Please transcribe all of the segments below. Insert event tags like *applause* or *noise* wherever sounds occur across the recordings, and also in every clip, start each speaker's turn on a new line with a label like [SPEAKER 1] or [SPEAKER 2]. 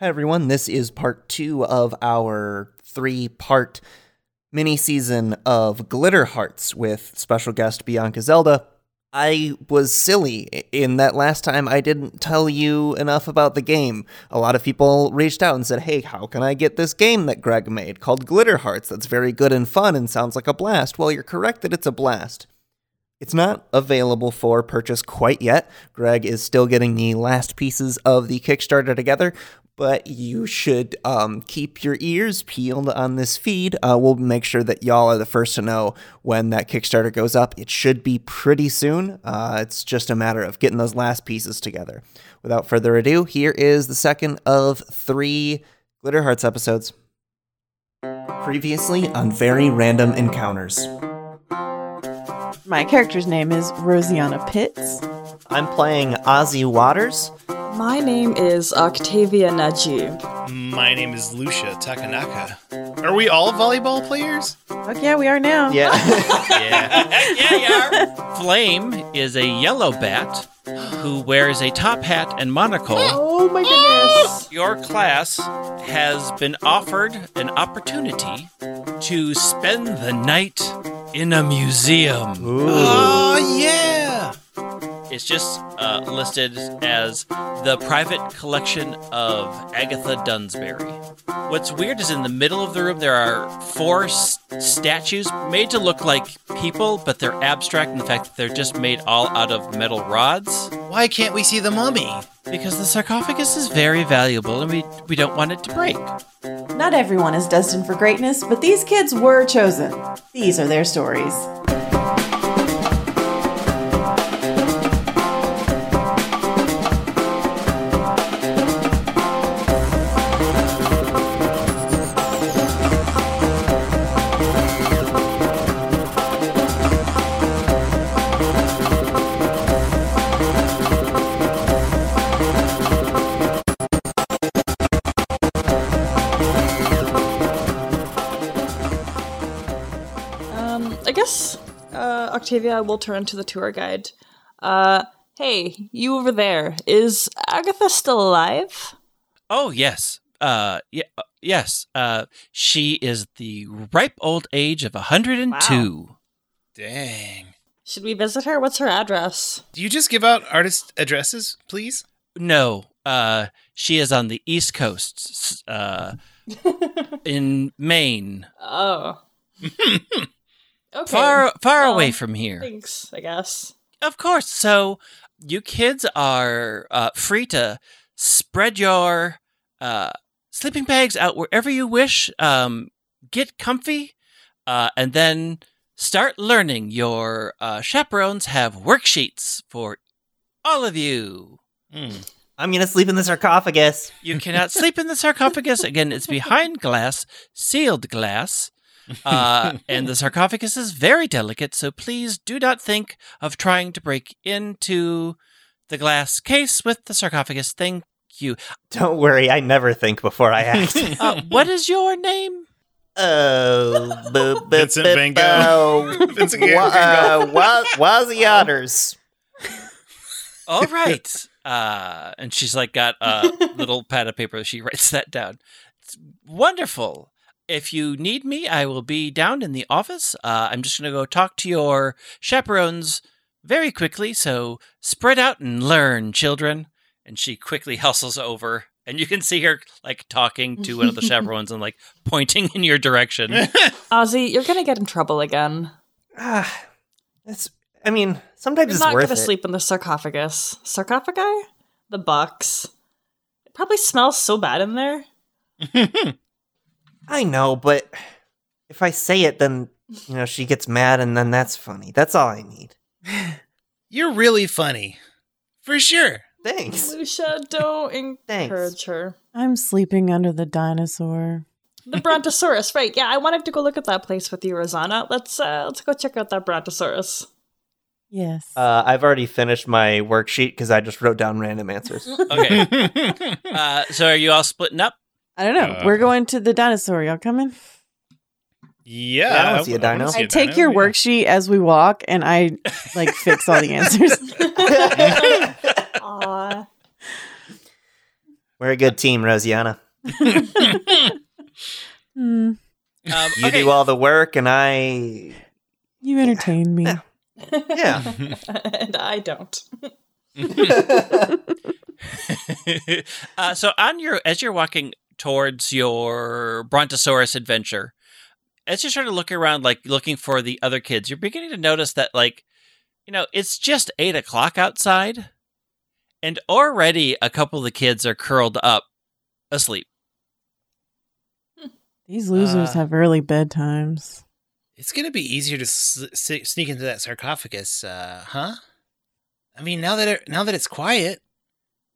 [SPEAKER 1] Hi, everyone. This is part two of our three part mini season of Glitter Hearts with special guest Bianca Zelda. I was silly in that last time I didn't tell you enough about the game. A lot of people reached out and said, Hey, how can I get this game that Greg made called Glitter Hearts that's very good and fun and sounds like a blast? Well, you're correct that it's a blast. It's not available for purchase quite yet. Greg is still getting the last pieces of the Kickstarter together, but you should um, keep your ears peeled on this feed. Uh, we'll make sure that y'all are the first to know when that Kickstarter goes up. It should be pretty soon. Uh, it's just a matter of getting those last pieces together. Without further ado, here is the second of three Glitter Hearts episodes. Previously on Very Random Encounters.
[SPEAKER 2] My character's name is Rosianna Pitts.
[SPEAKER 1] I'm playing Ozzy Waters.
[SPEAKER 3] My name is Octavia Najib.
[SPEAKER 4] My name is Lucia Takanaka. Are we all volleyball players?
[SPEAKER 2] Fuck yeah, we are now.
[SPEAKER 1] *laughs* Yeah.
[SPEAKER 4] Yeah.
[SPEAKER 5] Flame is a yellow bat who wears a top hat and monocle.
[SPEAKER 2] Oh my goodness.
[SPEAKER 5] Your class has been offered an opportunity to spend the night in a museum.
[SPEAKER 4] oh, yeah.
[SPEAKER 5] It's just uh, listed as the private collection of Agatha Dunsbury. What's weird is in the middle of the room there are four s- statues made to look like people, but they're abstract in the fact that they're just made all out of metal rods.
[SPEAKER 4] Why can't we see the mummy?
[SPEAKER 5] Because the sarcophagus is very valuable and we, we don't want it to break.
[SPEAKER 2] Not everyone is destined for greatness, but these kids were chosen. These are their stories.
[SPEAKER 3] Um, I guess uh, Octavia will turn to the tour guide. Uh, hey, you over there. Is Agatha still alive?
[SPEAKER 5] Oh yes. Uh yeah, yes. Uh she is the ripe old age of 102.
[SPEAKER 4] Dang.
[SPEAKER 3] Should we visit her? What's her address?
[SPEAKER 4] Do you just give out artist addresses, please?
[SPEAKER 5] No. Uh she is on the East Coast s- uh in Maine.
[SPEAKER 3] Oh.
[SPEAKER 1] *laughs*
[SPEAKER 3] okay.
[SPEAKER 5] Far far away
[SPEAKER 3] Um,
[SPEAKER 5] from here.
[SPEAKER 3] Thanks, I guess.
[SPEAKER 5] Of course. So you kids are uh, free to spread your uh, sleeping bags out wherever you wish. Um, get comfy, uh, and then start learning. Your uh, chaperones have worksheets for all of you.
[SPEAKER 4] Mm.
[SPEAKER 1] I'm going to sleep in the sarcophagus.
[SPEAKER 5] You cannot sleep in the sarcophagus. Again, it's behind glass, sealed glass. Uh, and the sarcophagus is very delicate, so please do not think of trying to break into the glass case with the sarcophagus. Thank you.
[SPEAKER 1] Don't worry, I never think before I act.
[SPEAKER 5] Uh, what is your name?
[SPEAKER 1] *laughs* oh, boo, boo,
[SPEAKER 4] Vincent
[SPEAKER 1] boo,
[SPEAKER 4] Van
[SPEAKER 1] boo. *laughs*
[SPEAKER 4] Vincent
[SPEAKER 1] Wa-
[SPEAKER 4] Van
[SPEAKER 1] uh, wa-
[SPEAKER 4] *laughs*
[SPEAKER 1] Wazzy Otters.
[SPEAKER 5] All right. Uh, and she's like got a little pad of paper. She *laughs* writes that down. It's wonderful. If you need me, I will be down in the office. Uh, I'm just going to go talk to your chaperones very quickly. So spread out and learn, children. And she quickly *laughs* hustles over. And you can see her like talking to one of the chaperones and like pointing in your direction.
[SPEAKER 3] Ozzy, you're gonna get in trouble again.
[SPEAKER 1] Ah, that's. I mean, sometimes
[SPEAKER 3] You're
[SPEAKER 1] it's
[SPEAKER 3] not
[SPEAKER 1] worth
[SPEAKER 3] gonna
[SPEAKER 1] it.
[SPEAKER 3] sleep in the sarcophagus. Sarcophagi? The box. It probably smells so bad in there.
[SPEAKER 1] I know, but if I say it, then you know she gets mad, and then that's funny. That's all I need.
[SPEAKER 4] *laughs* You're really funny. For sure.
[SPEAKER 1] Thanks.
[SPEAKER 3] Lucia,
[SPEAKER 1] *laughs*
[SPEAKER 3] don't encourage her.
[SPEAKER 2] I'm sleeping under the dinosaur.
[SPEAKER 3] The Brontosaurus, right? Yeah, I wanted to go look at that place with you, Rosanna. Let's uh, let's go check out that Brontosaurus.
[SPEAKER 2] Yes.
[SPEAKER 1] Uh, I've already finished my worksheet because I just wrote down random
[SPEAKER 3] *laughs*
[SPEAKER 1] answers.
[SPEAKER 5] Okay. Uh, so are you all splitting up?
[SPEAKER 2] I don't know.
[SPEAKER 4] uh,
[SPEAKER 2] We're going to the dinosaur. Y'all coming?
[SPEAKER 4] yeah.
[SPEAKER 1] Yeah, I don't see a
[SPEAKER 4] wanna
[SPEAKER 1] dino.
[SPEAKER 2] I
[SPEAKER 4] a
[SPEAKER 2] take
[SPEAKER 4] dino,
[SPEAKER 2] your
[SPEAKER 4] yeah.
[SPEAKER 2] worksheet as we walk and I
[SPEAKER 4] *laughs*
[SPEAKER 2] like fix all the answers.
[SPEAKER 3] Aw.
[SPEAKER 1] We're a good team, Rosianna.
[SPEAKER 6] Hmm,
[SPEAKER 5] Um,
[SPEAKER 1] You
[SPEAKER 5] okay,
[SPEAKER 1] do all the work, and I.
[SPEAKER 6] you entertain
[SPEAKER 4] *laughs*
[SPEAKER 6] me.
[SPEAKER 3] *laughs*
[SPEAKER 1] Yeah.
[SPEAKER 3] *laughs* and I don't.
[SPEAKER 5] uh, so on your as you're walking towards your brontosaurus adventure as you're sort of looking around like looking for the other kids you're beginning to notice that like you know it's just eight o'clock outside and already a couple of the kids are curled up asleep
[SPEAKER 6] These losers
[SPEAKER 4] Uh,
[SPEAKER 6] have early bedtimes.
[SPEAKER 4] It's going to be easier to s- s- sneak into that sarcophagus, uh, huh? I mean, now that it, now that it's quiet,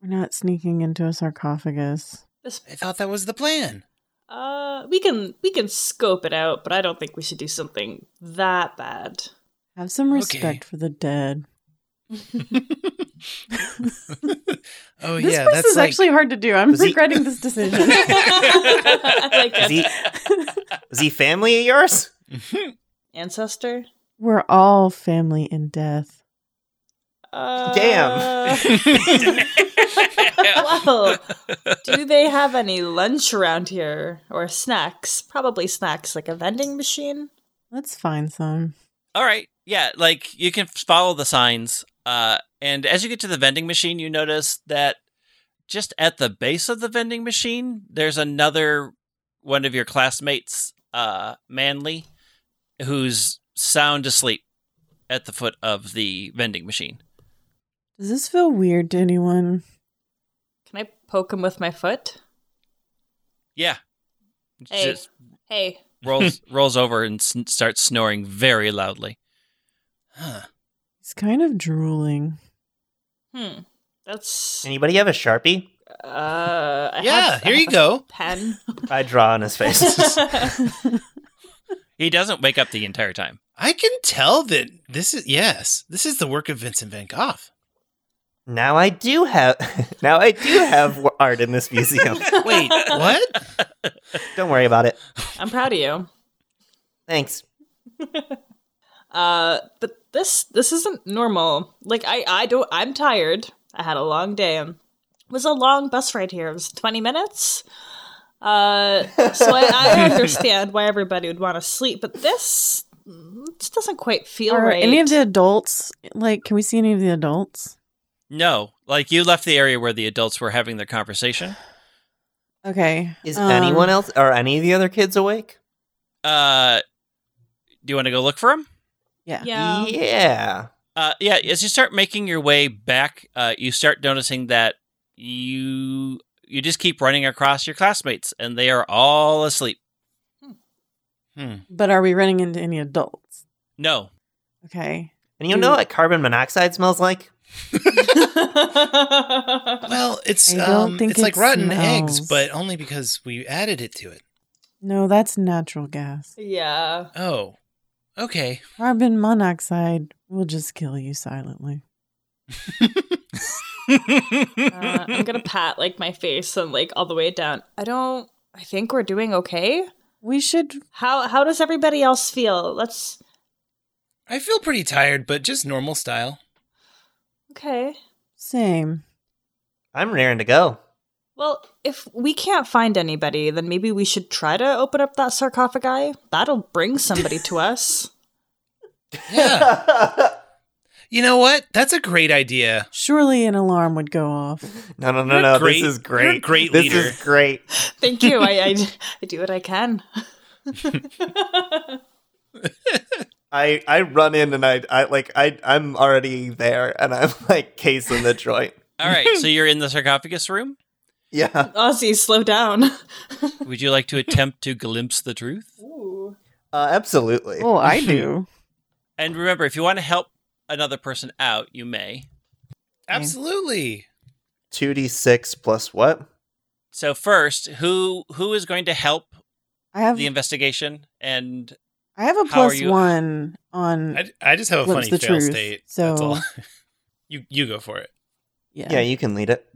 [SPEAKER 6] We're not sneaking into a sarcophagus.
[SPEAKER 3] This,
[SPEAKER 4] I thought that was the plan.
[SPEAKER 3] uh, we can we can scope it out, but I don't think we should do something that bad. *laughs*
[SPEAKER 6] Have some respect
[SPEAKER 4] Okay.
[SPEAKER 6] for the dead.
[SPEAKER 4] Oh
[SPEAKER 6] this
[SPEAKER 4] yeah,
[SPEAKER 6] place
[SPEAKER 4] that's
[SPEAKER 6] is
[SPEAKER 4] like
[SPEAKER 6] actually hard to do. I'm
[SPEAKER 1] Is he-
[SPEAKER 6] regretting this decision.
[SPEAKER 4] *laughs*
[SPEAKER 3] I like
[SPEAKER 1] Is
[SPEAKER 3] an
[SPEAKER 1] *laughs* he, is he family of yours?
[SPEAKER 3] ancestor.
[SPEAKER 6] We're all family in death.
[SPEAKER 3] Uh,
[SPEAKER 1] Damn.
[SPEAKER 3] *laughs* well, do they have any lunch around here or snacks? Probably snacks, like a vending machine.
[SPEAKER 6] Let's find some.
[SPEAKER 5] All right. Yeah, like you can follow the signs. Uh, and as you get to the vending machine, you notice that just at the base of the vending machine, there's another one of your classmates, uh, Manly, who's sound asleep at the foot of the vending machine.
[SPEAKER 6] Does this feel weird to anyone?
[SPEAKER 3] Can I poke him with my foot?
[SPEAKER 5] Yeah.
[SPEAKER 3] Hey.
[SPEAKER 5] Just
[SPEAKER 3] Hey,
[SPEAKER 5] rolls rolls over and sn- starts snoring very loudly.
[SPEAKER 4] huh.
[SPEAKER 6] He's kind of drooling.
[SPEAKER 3] hmm, that's
[SPEAKER 1] Anybody have a sharpie?
[SPEAKER 3] uh. I
[SPEAKER 4] Yeah,
[SPEAKER 3] have- I
[SPEAKER 4] here
[SPEAKER 6] *laughs*
[SPEAKER 4] you
[SPEAKER 3] have a
[SPEAKER 4] go.
[SPEAKER 3] Pen.
[SPEAKER 1] I draw on his
[SPEAKER 4] *laughs*
[SPEAKER 1] face.
[SPEAKER 3] *laughs*
[SPEAKER 5] He doesn't wake up the entire time.
[SPEAKER 4] I can tell that this is yes, this is the work of Vincent Van Gogh.
[SPEAKER 1] now I do have. *laughs* Now I do have w- art in this
[SPEAKER 4] *laughs*
[SPEAKER 1] museum.
[SPEAKER 4] Wait, what?
[SPEAKER 1] Don't worry about it.
[SPEAKER 3] I'm proud of you.
[SPEAKER 1] Thanks.
[SPEAKER 3] Uh, but this this isn't normal. Like I I don't I'm tired. I had a long day. It was a long bus ride here. It was 20 minutes. Uh, so I,
[SPEAKER 4] *laughs*
[SPEAKER 3] I understand why everybody would want to sleep, but this mm, this doesn't quite feel
[SPEAKER 6] Are
[SPEAKER 3] right.
[SPEAKER 6] any of the adults like? Can we see any of the adults?
[SPEAKER 5] No, like you left the area where the adults were having their conversation.
[SPEAKER 6] Okay.
[SPEAKER 1] Is
[SPEAKER 6] um,
[SPEAKER 1] anyone else? Are any of the other kids awake?
[SPEAKER 5] Uh, do you want to go look for him?
[SPEAKER 6] Yeah.
[SPEAKER 3] yeah.
[SPEAKER 1] Yeah.
[SPEAKER 5] Uh, yeah. As you start making your way back, uh, you start noticing that you you just keep running across your classmates, and they are all asleep.
[SPEAKER 4] Hmm.
[SPEAKER 6] But are we running into any adults?
[SPEAKER 5] No,
[SPEAKER 6] Okay.
[SPEAKER 1] And you
[SPEAKER 6] Dude.
[SPEAKER 1] know what carbon monoxide smells like?
[SPEAKER 4] *laughs* Well, it's
[SPEAKER 6] I don't
[SPEAKER 4] um,
[SPEAKER 6] think
[SPEAKER 4] it's like
[SPEAKER 6] it
[SPEAKER 4] rotten eggs,
[SPEAKER 6] smells.
[SPEAKER 4] but only because we added it to it.
[SPEAKER 6] No, that's natural gas.
[SPEAKER 3] *laughs* yeah.
[SPEAKER 4] Oh, okay.
[SPEAKER 6] Carbon monoxide will just kill you silently.
[SPEAKER 3] Uh, I'm gonna pat like my face and like all the way down. I don't. I think we're doing okay.
[SPEAKER 6] We should.
[SPEAKER 3] How how does everybody else feel? Let's
[SPEAKER 4] I feel pretty tired, but just normal style.
[SPEAKER 3] okay.
[SPEAKER 6] Same.
[SPEAKER 1] I'm raring to go.
[SPEAKER 3] Well, if we can't find anybody, then maybe we should try to open up that sarcophagi. That'll bring somebody *laughs* to us.
[SPEAKER 6] *laughs*
[SPEAKER 4] Yeah. you know what? That's a great idea.
[SPEAKER 6] Surely an alarm would go off.
[SPEAKER 1] *laughs* No, no, no,
[SPEAKER 4] You're
[SPEAKER 1] no.
[SPEAKER 4] great.
[SPEAKER 1] This is
[SPEAKER 4] You're a
[SPEAKER 1] great.
[SPEAKER 4] great
[SPEAKER 1] This
[SPEAKER 4] leader.
[SPEAKER 1] is great.
[SPEAKER 3] Thank you. I, I, I do what I can.
[SPEAKER 1] I I run in and I I like I I'm already there and I'm like casing the joint.
[SPEAKER 5] all right. So you're in the sarcophagus room.
[SPEAKER 1] Yeah.
[SPEAKER 3] Ozzy, slow down.
[SPEAKER 5] Would you like to attempt to glimpse the truth?
[SPEAKER 3] Ooh.
[SPEAKER 1] Uh, absolutely. *laughs*
[SPEAKER 6] Oh, I do.
[SPEAKER 5] And remember, if you want to help another person out, you may.
[SPEAKER 4] Absolutely.
[SPEAKER 1] Two d six plus what?
[SPEAKER 5] So first, who who is going to help
[SPEAKER 6] I have.
[SPEAKER 5] the investigation? And
[SPEAKER 6] I have a
[SPEAKER 5] How are
[SPEAKER 6] plus
[SPEAKER 5] you-
[SPEAKER 6] one on.
[SPEAKER 4] I, I just have a
[SPEAKER 6] Glimpse the
[SPEAKER 4] funny fail
[SPEAKER 6] truth, Oh.
[SPEAKER 4] state.
[SPEAKER 6] so-
[SPEAKER 4] That's all. *laughs* you you
[SPEAKER 6] *laughs*
[SPEAKER 4] go for it. *laughs*
[SPEAKER 6] yeah.
[SPEAKER 1] Yeah. you can lead it.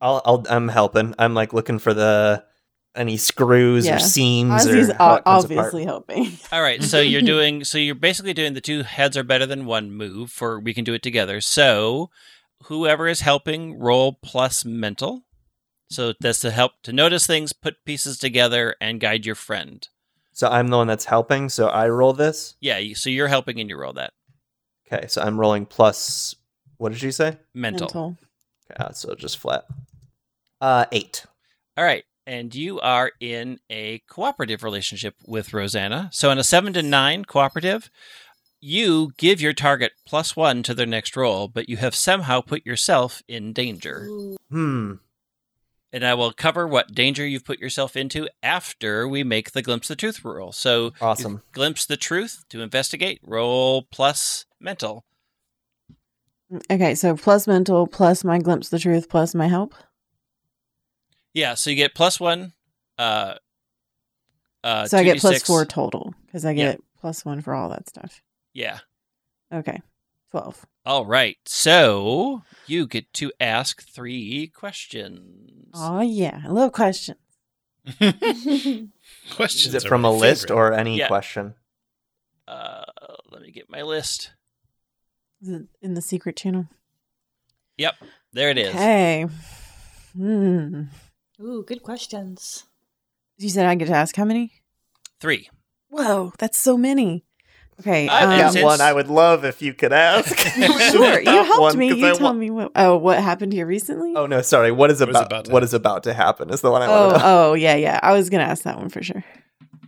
[SPEAKER 1] I'll, I'll I'm helping. I'm like looking for the any screws
[SPEAKER 6] Yeah.
[SPEAKER 1] or seams
[SPEAKER 6] Ozzy's
[SPEAKER 1] or
[SPEAKER 6] o-
[SPEAKER 1] how it comes
[SPEAKER 6] obviously helping.
[SPEAKER 5] All right, so you're doing so you're basically doing the two heads are better than one move for we can do it together. So whoever is helping roll plus mental. So that's to help to notice things, put pieces together, and guide your friend.
[SPEAKER 1] So I'm the one that's helping. So I roll this.
[SPEAKER 5] Yeah, you- so you're helping and you roll that.
[SPEAKER 1] Okay, so I'm rolling plus. What did you say?
[SPEAKER 5] Mental.
[SPEAKER 1] Okay, uh, so just flat. Uh, eight.
[SPEAKER 5] All right. And you are in a cooperative relationship with Rosanna. So in a seven to nine cooperative, you give your target plus one to their next roll, but you have somehow put yourself in danger.
[SPEAKER 1] Hmm.
[SPEAKER 5] And I will cover what danger you've put yourself into after we make the glimpse the truth rule. So you
[SPEAKER 1] Awesome.
[SPEAKER 5] glimpse the truth to investigate, roll plus mental.
[SPEAKER 6] *laughs* Okay, so plus mental, plus my glimpse the truth, plus my help.
[SPEAKER 5] Yeah, so you get plus one. Uh, uh,
[SPEAKER 6] so I get plus
[SPEAKER 5] 2d6.
[SPEAKER 6] four total because I
[SPEAKER 5] Yeah.
[SPEAKER 6] get plus one for all that stuff.
[SPEAKER 5] Yeah.
[SPEAKER 6] Okay, twelve.
[SPEAKER 5] All right. So you get to ask three questions.
[SPEAKER 6] Oh yeah, I love questions.
[SPEAKER 1] Is
[SPEAKER 4] Questions.
[SPEAKER 1] it
[SPEAKER 4] are
[SPEAKER 1] from
[SPEAKER 4] my
[SPEAKER 1] a list
[SPEAKER 4] favorite.
[SPEAKER 1] or any
[SPEAKER 5] Yeah.
[SPEAKER 1] question?
[SPEAKER 5] Uh, let me get my list.
[SPEAKER 6] Is it in the secret channel?
[SPEAKER 5] There it is.
[SPEAKER 6] Okay. Hmm.
[SPEAKER 3] Ooh, good questions.
[SPEAKER 6] You said I get to ask how many?
[SPEAKER 5] Three.
[SPEAKER 6] Whoa, that's so many. Okay.
[SPEAKER 4] Uh,
[SPEAKER 5] I
[SPEAKER 1] I
[SPEAKER 5] Um,
[SPEAKER 1] got
[SPEAKER 5] since-
[SPEAKER 1] one I would love if you could ask. *laughs*
[SPEAKER 6] *laughs* sure. You
[SPEAKER 1] Got
[SPEAKER 6] helped
[SPEAKER 1] one
[SPEAKER 6] me.
[SPEAKER 1] 'cause
[SPEAKER 6] You
[SPEAKER 1] I
[SPEAKER 6] told
[SPEAKER 1] wa-
[SPEAKER 6] me what. Oh, what happened here recently?
[SPEAKER 1] Oh no, sorry. What is
[SPEAKER 4] What is
[SPEAKER 1] about,
[SPEAKER 4] about to
[SPEAKER 1] what is about to happen is the one I want
[SPEAKER 6] oh,
[SPEAKER 1] to know.
[SPEAKER 6] oh, yeah, yeah. I was gonna ask that one for sure.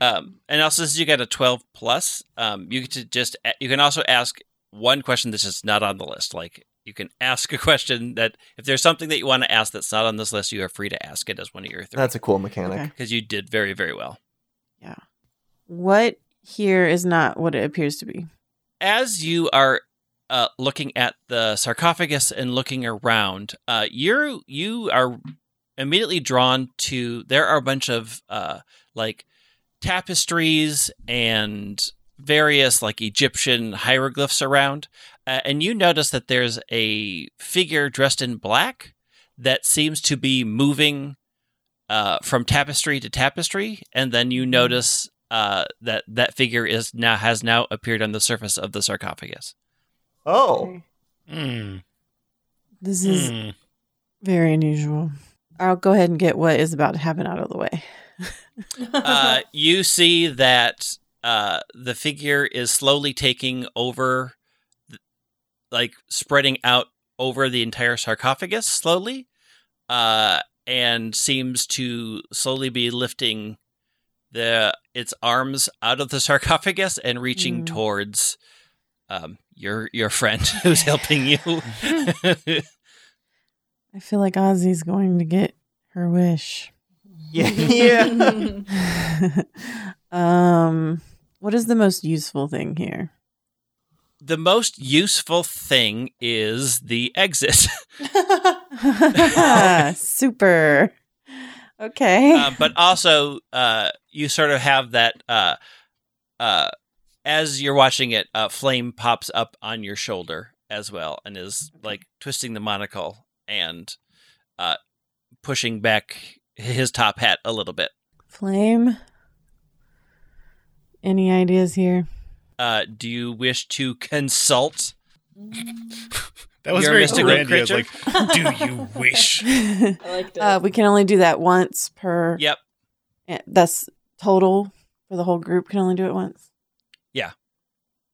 [SPEAKER 5] Um, and also since you got a twelve plus, um, you get to just you can also ask one question that's just not on the list. Like you can *laughs* ask a question that if there's something that you want to ask that's not on this list, you are free to ask it as one of your three.
[SPEAKER 1] That's a cool mechanic.
[SPEAKER 6] Okay.
[SPEAKER 5] because you did very very well.
[SPEAKER 6] What here is not what it appears to be.
[SPEAKER 5] as you are uh, looking at the sarcophagus and looking around, uh, you're you are immediately drawn to. There are a bunch of uh, like tapestries and various like Egyptian hieroglyphs around, uh, and you notice that there's a figure dressed in black that seems to be moving uh, from tapestry to tapestry, and then you notice uh, that that figure is now has now appeared on the surface of the sarcophagus.
[SPEAKER 1] Oh,
[SPEAKER 4] Mm,
[SPEAKER 6] This is
[SPEAKER 5] Hmm.
[SPEAKER 4] mm.
[SPEAKER 6] very unusual. I'll go ahead and get what is about to happen out of the way.
[SPEAKER 3] *laughs*
[SPEAKER 5] Uh, you see that uh, the figure is slowly taking over, th- like spreading out over the entire sarcophagus slowly, uh, and seems to slowly be lifting the its arms out of the sarcophagus and reaching
[SPEAKER 6] Mm.
[SPEAKER 5] towards um, your your friend *laughs* who's helping *laughs* you.
[SPEAKER 6] I feel like Ozzy's going to get her wish. *laughs*
[SPEAKER 1] yeah. *laughs*
[SPEAKER 3] *laughs*
[SPEAKER 1] yeah.
[SPEAKER 6] um, what is the most useful thing here?
[SPEAKER 5] the most useful thing is the exit. *laughs*
[SPEAKER 6] *laughs* Super. Okay.
[SPEAKER 5] uh, but also, uh, you sort of have that uh, uh, as you're watching it, uh, flame pops up on your shoulder as well, and is like twisting the monocle and uh, pushing back his top hat a little bit.
[SPEAKER 6] Flame. Any ideas here?
[SPEAKER 5] Uh, do you wish to consult?
[SPEAKER 4] That was
[SPEAKER 5] You're a
[SPEAKER 4] very
[SPEAKER 5] mystical
[SPEAKER 4] grandiose,
[SPEAKER 5] creature?
[SPEAKER 4] Like,
[SPEAKER 6] *laughs*
[SPEAKER 4] do you wish?
[SPEAKER 6] I
[SPEAKER 3] liked it.
[SPEAKER 6] Uh, we can only do that once per.
[SPEAKER 5] Yep.
[SPEAKER 6] Yeah, That's total for the whole group. Can only do it once.
[SPEAKER 5] Yeah.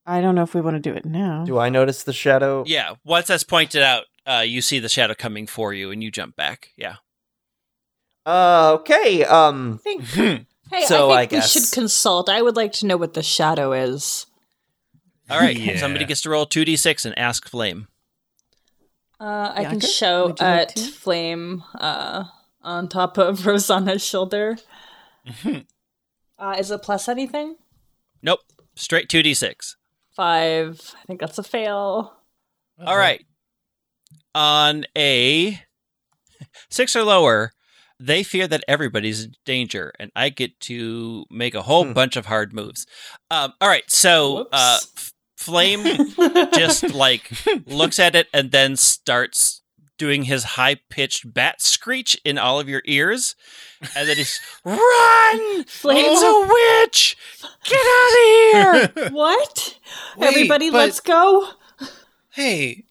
[SPEAKER 6] I don't know if we want to do it now.
[SPEAKER 1] Do I notice the shadow?
[SPEAKER 5] Yeah. Once that's pointed out, uh, you see the shadow coming for you, and you jump back. Yeah.
[SPEAKER 1] Uh, okay. Um, *laughs*
[SPEAKER 3] I think. Hey,
[SPEAKER 1] So,
[SPEAKER 3] I
[SPEAKER 1] I
[SPEAKER 3] think
[SPEAKER 1] guess-
[SPEAKER 3] we should consult. I would like to know what the shadow is.
[SPEAKER 5] All right.
[SPEAKER 4] Yeah.
[SPEAKER 5] Somebody gets to roll two d six and ask flame.
[SPEAKER 3] Uh, I can
[SPEAKER 6] Bianca,
[SPEAKER 3] show
[SPEAKER 6] would you like
[SPEAKER 3] at
[SPEAKER 6] to?
[SPEAKER 3] flame uh, on top of *laughs* Rosanna's shoulder.
[SPEAKER 4] Mm-hmm.
[SPEAKER 3] Uh, is it plus anything?
[SPEAKER 5] Nope. Straight 2d6.
[SPEAKER 3] Five. I think that's
[SPEAKER 4] *laughs*
[SPEAKER 3] a fail.
[SPEAKER 4] Uh-huh.
[SPEAKER 5] All right. On a *laughs* six or lower, they fear that everybody's in danger, and I get to make a whole
[SPEAKER 1] Hmm.
[SPEAKER 5] bunch of hard moves. Um, all right. So, uh,
[SPEAKER 3] Whoops.
[SPEAKER 5] F-
[SPEAKER 3] *laughs*
[SPEAKER 5] Flame just like looks at it and then starts doing his high pitched bat screech in all of your ears. And then he's, Run!
[SPEAKER 3] Flame.
[SPEAKER 5] It's a witch! Get out of here!
[SPEAKER 3] *laughs* what?
[SPEAKER 4] Oh! Wait,
[SPEAKER 3] Everybody,
[SPEAKER 4] but-
[SPEAKER 3] let's go.
[SPEAKER 4] Hey,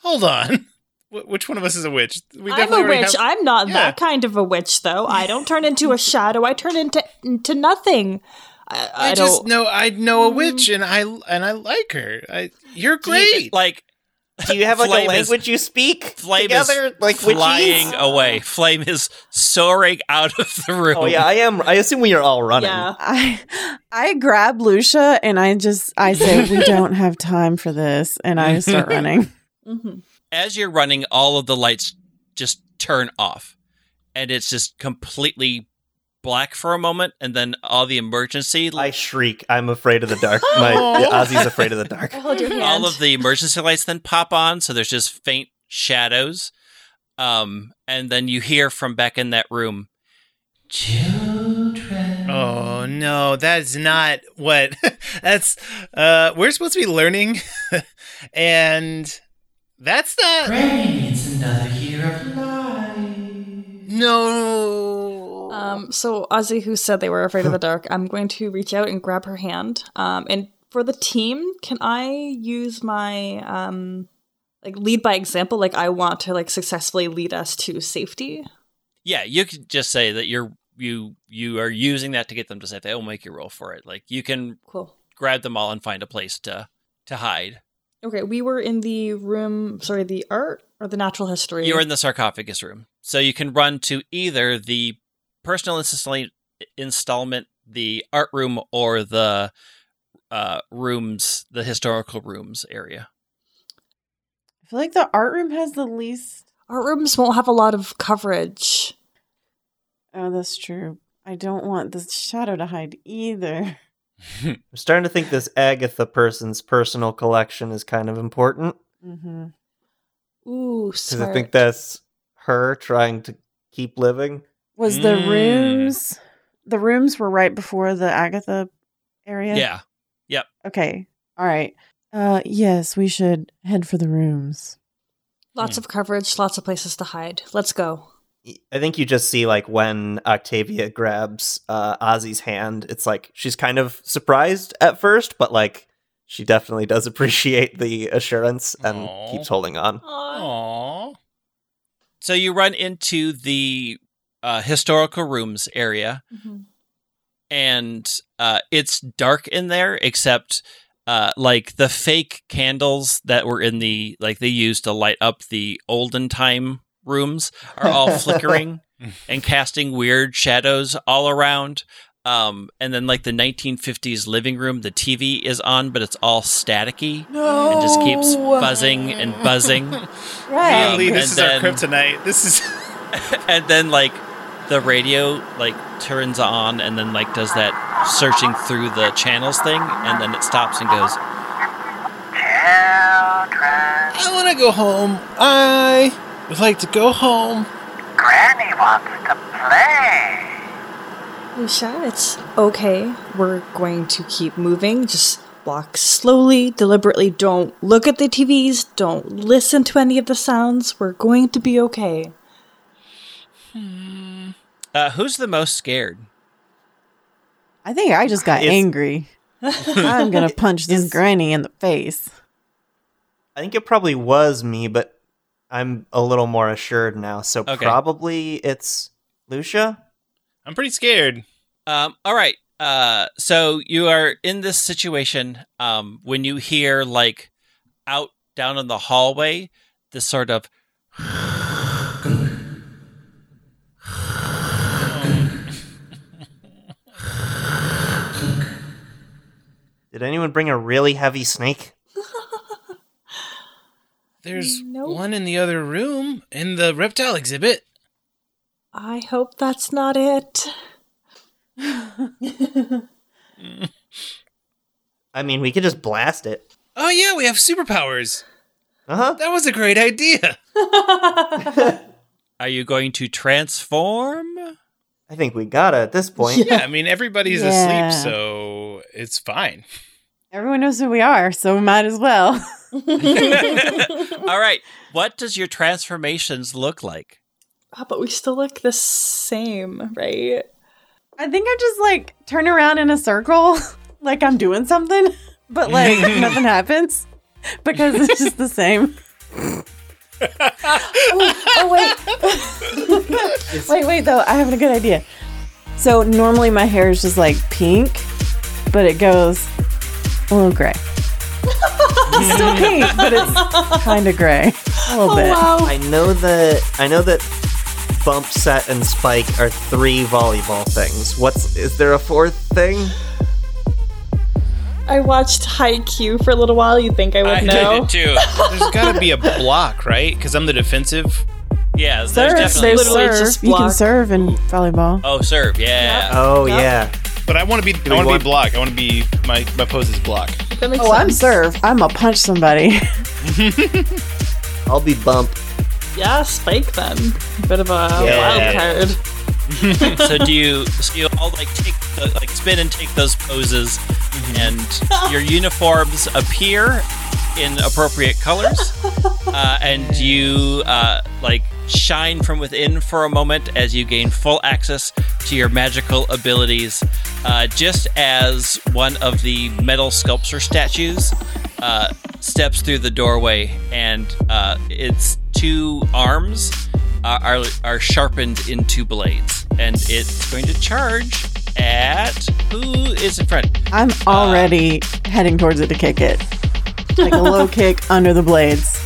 [SPEAKER 4] hold on. *laughs* Wh- Which one of us is a witch? We
[SPEAKER 3] I'm a
[SPEAKER 4] already
[SPEAKER 3] witch.
[SPEAKER 4] have-
[SPEAKER 3] I'm not
[SPEAKER 4] Yeah.
[SPEAKER 3] that kind of a witch, though. I don't turn into a shadow. I turn into into nothing. I, I,
[SPEAKER 4] I,
[SPEAKER 3] don't. Mm.
[SPEAKER 4] just know I know a witch, and I and I like her. I, you're great.
[SPEAKER 5] Like
[SPEAKER 1] Do you have like a
[SPEAKER 5] Flame is-
[SPEAKER 1] language you speak
[SPEAKER 5] flame
[SPEAKER 1] together?
[SPEAKER 5] is
[SPEAKER 1] like witches?
[SPEAKER 5] flying away. Flame is soaring out of the room.
[SPEAKER 1] Oh yeah, I am. I assume we are all running.
[SPEAKER 3] yeah.
[SPEAKER 6] I I grab Lucia and I just I say we don't have time for this and I start running.
[SPEAKER 3] hmm
[SPEAKER 5] As you're running, all of the lights just turn off, and it's just completely black for a moment, and then all the emergency
[SPEAKER 1] I shriek. I'm afraid of the dark. My
[SPEAKER 4] Oh.
[SPEAKER 1] Ozzy's afraid of the dark.
[SPEAKER 3] I hold your hand.
[SPEAKER 5] all of the emergency lights then pop on so there's just faint shadows um and then you hear from back in that room
[SPEAKER 4] Oh no, that's not what. *laughs* that's uh, we're supposed to be learning, *laughs* and that's not. No.
[SPEAKER 3] Um, so Ozzy, who said they were afraid of the dark, I'm going to reach out and grab her hand. Um, and for the team, can I use my um, like lead by example? Like I want to like successfully lead us to safety.
[SPEAKER 5] yeah you could just say that you're you you are using that to get them to say they will make you roll for it like you can
[SPEAKER 3] Cool.
[SPEAKER 5] grab them all and find a place to to hide
[SPEAKER 3] Okay, we were in the room. Sorry, the art or the natural history.
[SPEAKER 5] you're in the sarcophagus room so you can run to either the personal installa- installment the art room or the uh, rooms the historical rooms area
[SPEAKER 6] I feel like the art room has the least
[SPEAKER 3] art rooms won't have a lot of coverage.
[SPEAKER 6] Oh, that's true. I don't want the shadow to hide either. *laughs*
[SPEAKER 1] I'm starting to think this Agatha person's personal collection is kind of important
[SPEAKER 6] hmm
[SPEAKER 3] Ooh,
[SPEAKER 1] because
[SPEAKER 3] smart.
[SPEAKER 1] I think that's her trying to keep living.
[SPEAKER 6] Was the
[SPEAKER 5] Mm.
[SPEAKER 6] rooms the rooms were right before the Agatha area?
[SPEAKER 5] yeah.
[SPEAKER 6] Okay. All right. Uh yes, we should head for the rooms.
[SPEAKER 3] lots of coverage, lots of places to hide. Let's go.
[SPEAKER 1] I think you just see like when Octavia grabs uh, Ozzy's hand, it's like she's kind of surprised at first, but like she definitely does appreciate the assurance and
[SPEAKER 4] Aw.
[SPEAKER 1] keeps holding on.
[SPEAKER 4] Aww.
[SPEAKER 5] So you run into the uh, historical rooms area,
[SPEAKER 3] Mhm.
[SPEAKER 5] and uh, it's dark in there, except uh, like the fake candles that were in the like they used to light up the olden time rooms are all flickering and casting weird shadows all around. Um, and then like the 1950s living room, the TV is on, but it's all staticky and just keeps buzzing and buzzing.
[SPEAKER 6] Right.
[SPEAKER 4] Really,
[SPEAKER 5] Um,
[SPEAKER 4] this
[SPEAKER 5] and
[SPEAKER 4] is
[SPEAKER 5] then-
[SPEAKER 4] our kryptonite. This is.
[SPEAKER 5] and then like the radio like turns on and then like does that searching through the channels thing and then it stops and goes
[SPEAKER 4] I want to go home. I would like to go home.
[SPEAKER 7] Granny wants to play.
[SPEAKER 3] Lucia, it's okay. We're going to keep moving. Just walk slowly, deliberately. Don't look at the TVs. Don't listen to any of the sounds. We're going to be okay.
[SPEAKER 5] uh, who's the most scared
[SPEAKER 6] I think I just got
[SPEAKER 1] It's-
[SPEAKER 5] *laughs*
[SPEAKER 6] angry. I'm gonna punch this granny in the face.
[SPEAKER 1] I think it probably was me, but I'm a little more assured now. So
[SPEAKER 5] Okay.
[SPEAKER 1] probably it's Lucia.
[SPEAKER 4] I'm pretty scared.
[SPEAKER 5] um, all right uh, so you are in this situation um, when you hear like out down in the hallway this sort of
[SPEAKER 1] Did anyone bring a really heavy snake?
[SPEAKER 4] There's
[SPEAKER 3] Nope.
[SPEAKER 4] one in the other room in the reptile exhibit.
[SPEAKER 3] I hope that's not it.
[SPEAKER 1] I mean, we could just blast it.
[SPEAKER 4] Oh yeah, we have superpowers.
[SPEAKER 1] Uh huh.
[SPEAKER 4] That was a great idea.
[SPEAKER 5] are you going to transform
[SPEAKER 4] *laughs*
[SPEAKER 1] I think we got it at this point.
[SPEAKER 4] Yeah, *laughs* I mean everybody's
[SPEAKER 6] Yeah.
[SPEAKER 4] asleep, so it's fine.
[SPEAKER 6] Everyone knows who we are, so we might as well.
[SPEAKER 5] all right what does your transformations look like
[SPEAKER 3] Ah, but we still look the same, right?
[SPEAKER 6] I think I just like turn around in a circle, *laughs* like I'm doing something, *laughs* but like nothing happens because it's just the same. *laughs* oh wait. *laughs* wait, wait though, I have a good idea. So normally my hair is just like pink, but it goes a little gray. it's still pink, but it's kind of gray. A little bit.
[SPEAKER 1] I know that I know that bump set and spike are three volleyball things. What's is there a fourth thing?
[SPEAKER 3] I watched Haikyuu for a little while. You think I would
[SPEAKER 5] I did
[SPEAKER 3] know?
[SPEAKER 5] it too.
[SPEAKER 4] There's got to be a block, right? Because I'm the defensive.
[SPEAKER 5] Yeah, there's
[SPEAKER 6] Serve,
[SPEAKER 5] definitely.
[SPEAKER 6] there's
[SPEAKER 3] literally
[SPEAKER 6] serve.
[SPEAKER 3] just
[SPEAKER 6] you can
[SPEAKER 3] block.
[SPEAKER 6] serve in volleyball.
[SPEAKER 5] Oh, serve. *laughs* Yeah.
[SPEAKER 1] Oh yeah.
[SPEAKER 4] But I want to be.
[SPEAKER 1] we
[SPEAKER 4] I want to
[SPEAKER 1] want-
[SPEAKER 4] be block. I want to be my my pose is block.
[SPEAKER 3] That makes
[SPEAKER 6] Oh, I'm
[SPEAKER 3] sense.
[SPEAKER 6] serve. I'm a punch somebody.
[SPEAKER 1] I'll be bump.
[SPEAKER 3] Yeah, Spike then. Bit of a
[SPEAKER 4] Yeah.
[SPEAKER 3] wild card.
[SPEAKER 5] so do you? So you all like take the, like spin and take those poses,
[SPEAKER 6] Mm-hmm.
[SPEAKER 5] and your uniforms appear in appropriate colors, *laughs* uh, and you uh, like shine from within for a moment as you gain full access to your magical abilities. Uh, just as one of the metal sculpture statues uh, steps through the doorway, and uh, its two arms are, are are sharpened into blades, and it's going to charge at who is in front.
[SPEAKER 6] I'm already heading towards it to kick it. Like a low kick under the blades.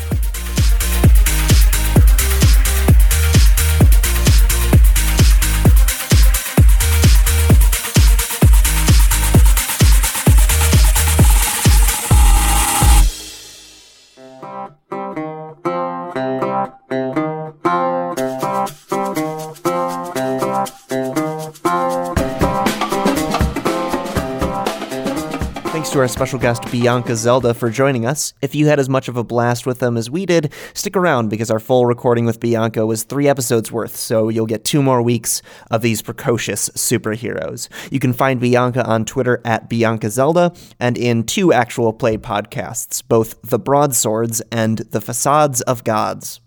[SPEAKER 1] Thanks to our special guest Bianca Zelda for joining us. If you had as much of a blast with them as we did, stick around because our full recording with Bianca was three episodes worth, so you'll get two more weeks of these precocious superheroes. You can find Bianca on Twitter at Bianca Zelda and in two actual play podcasts, both The Broadswords and The Facades of Gods.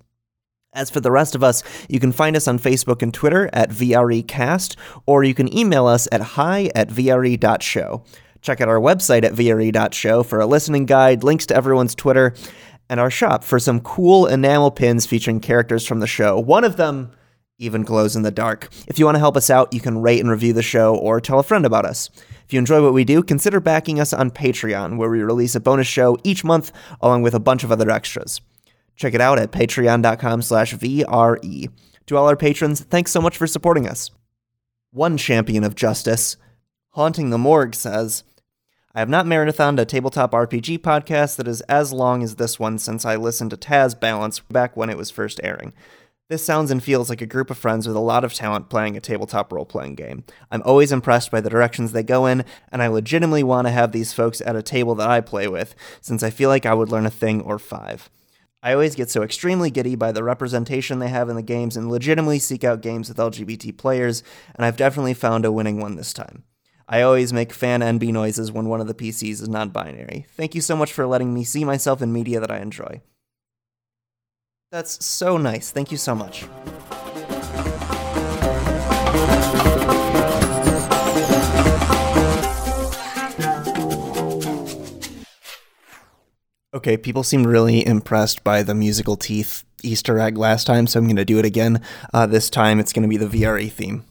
[SPEAKER 1] As for the rest of us, you can find us on Facebook and Twitter at VREcast, or you can email us at hi at VRE.show. Check out our website at VRE.show for a listening guide, links to everyone's Twitter, and our shop for some cool enamel pins featuring characters from the show. One of them even glows in the dark. If you want to help us out, you can rate and review the show or tell a friend about us. If you enjoy what we do, consider backing us on Patreon, where we release a bonus show each month along with a bunch of other extras. Check it out at patreon.com slash VRE. To all our patrons, thanks so much for supporting us. One champion of justice, Haunting the Morgue, says, I have not marathoned a tabletop RPG podcast that is as long as this one since I listened to Taz Balance back when it was first airing. This sounds and feels like a group of friends with a lot of talent playing a tabletop role playing game. I'm always impressed by the directions they go in, and I legitimately want to have these folks at a table that I play with, since I feel like I would learn a thing or five. I always get so extremely giddy by the representation they have in the games and legitimately seek out games with LGBT players, and I've definitely found a winning one this time. I always make fan NB noises when one of the PCs is non binary. Thank you so much for letting me see myself in media that I enjoy. That's so nice. Thank you so much. Okay, people seemed really impressed by the musical teeth Easter egg last time, so I'm going to do it again. Uh, this time it's going to be the VRE theme.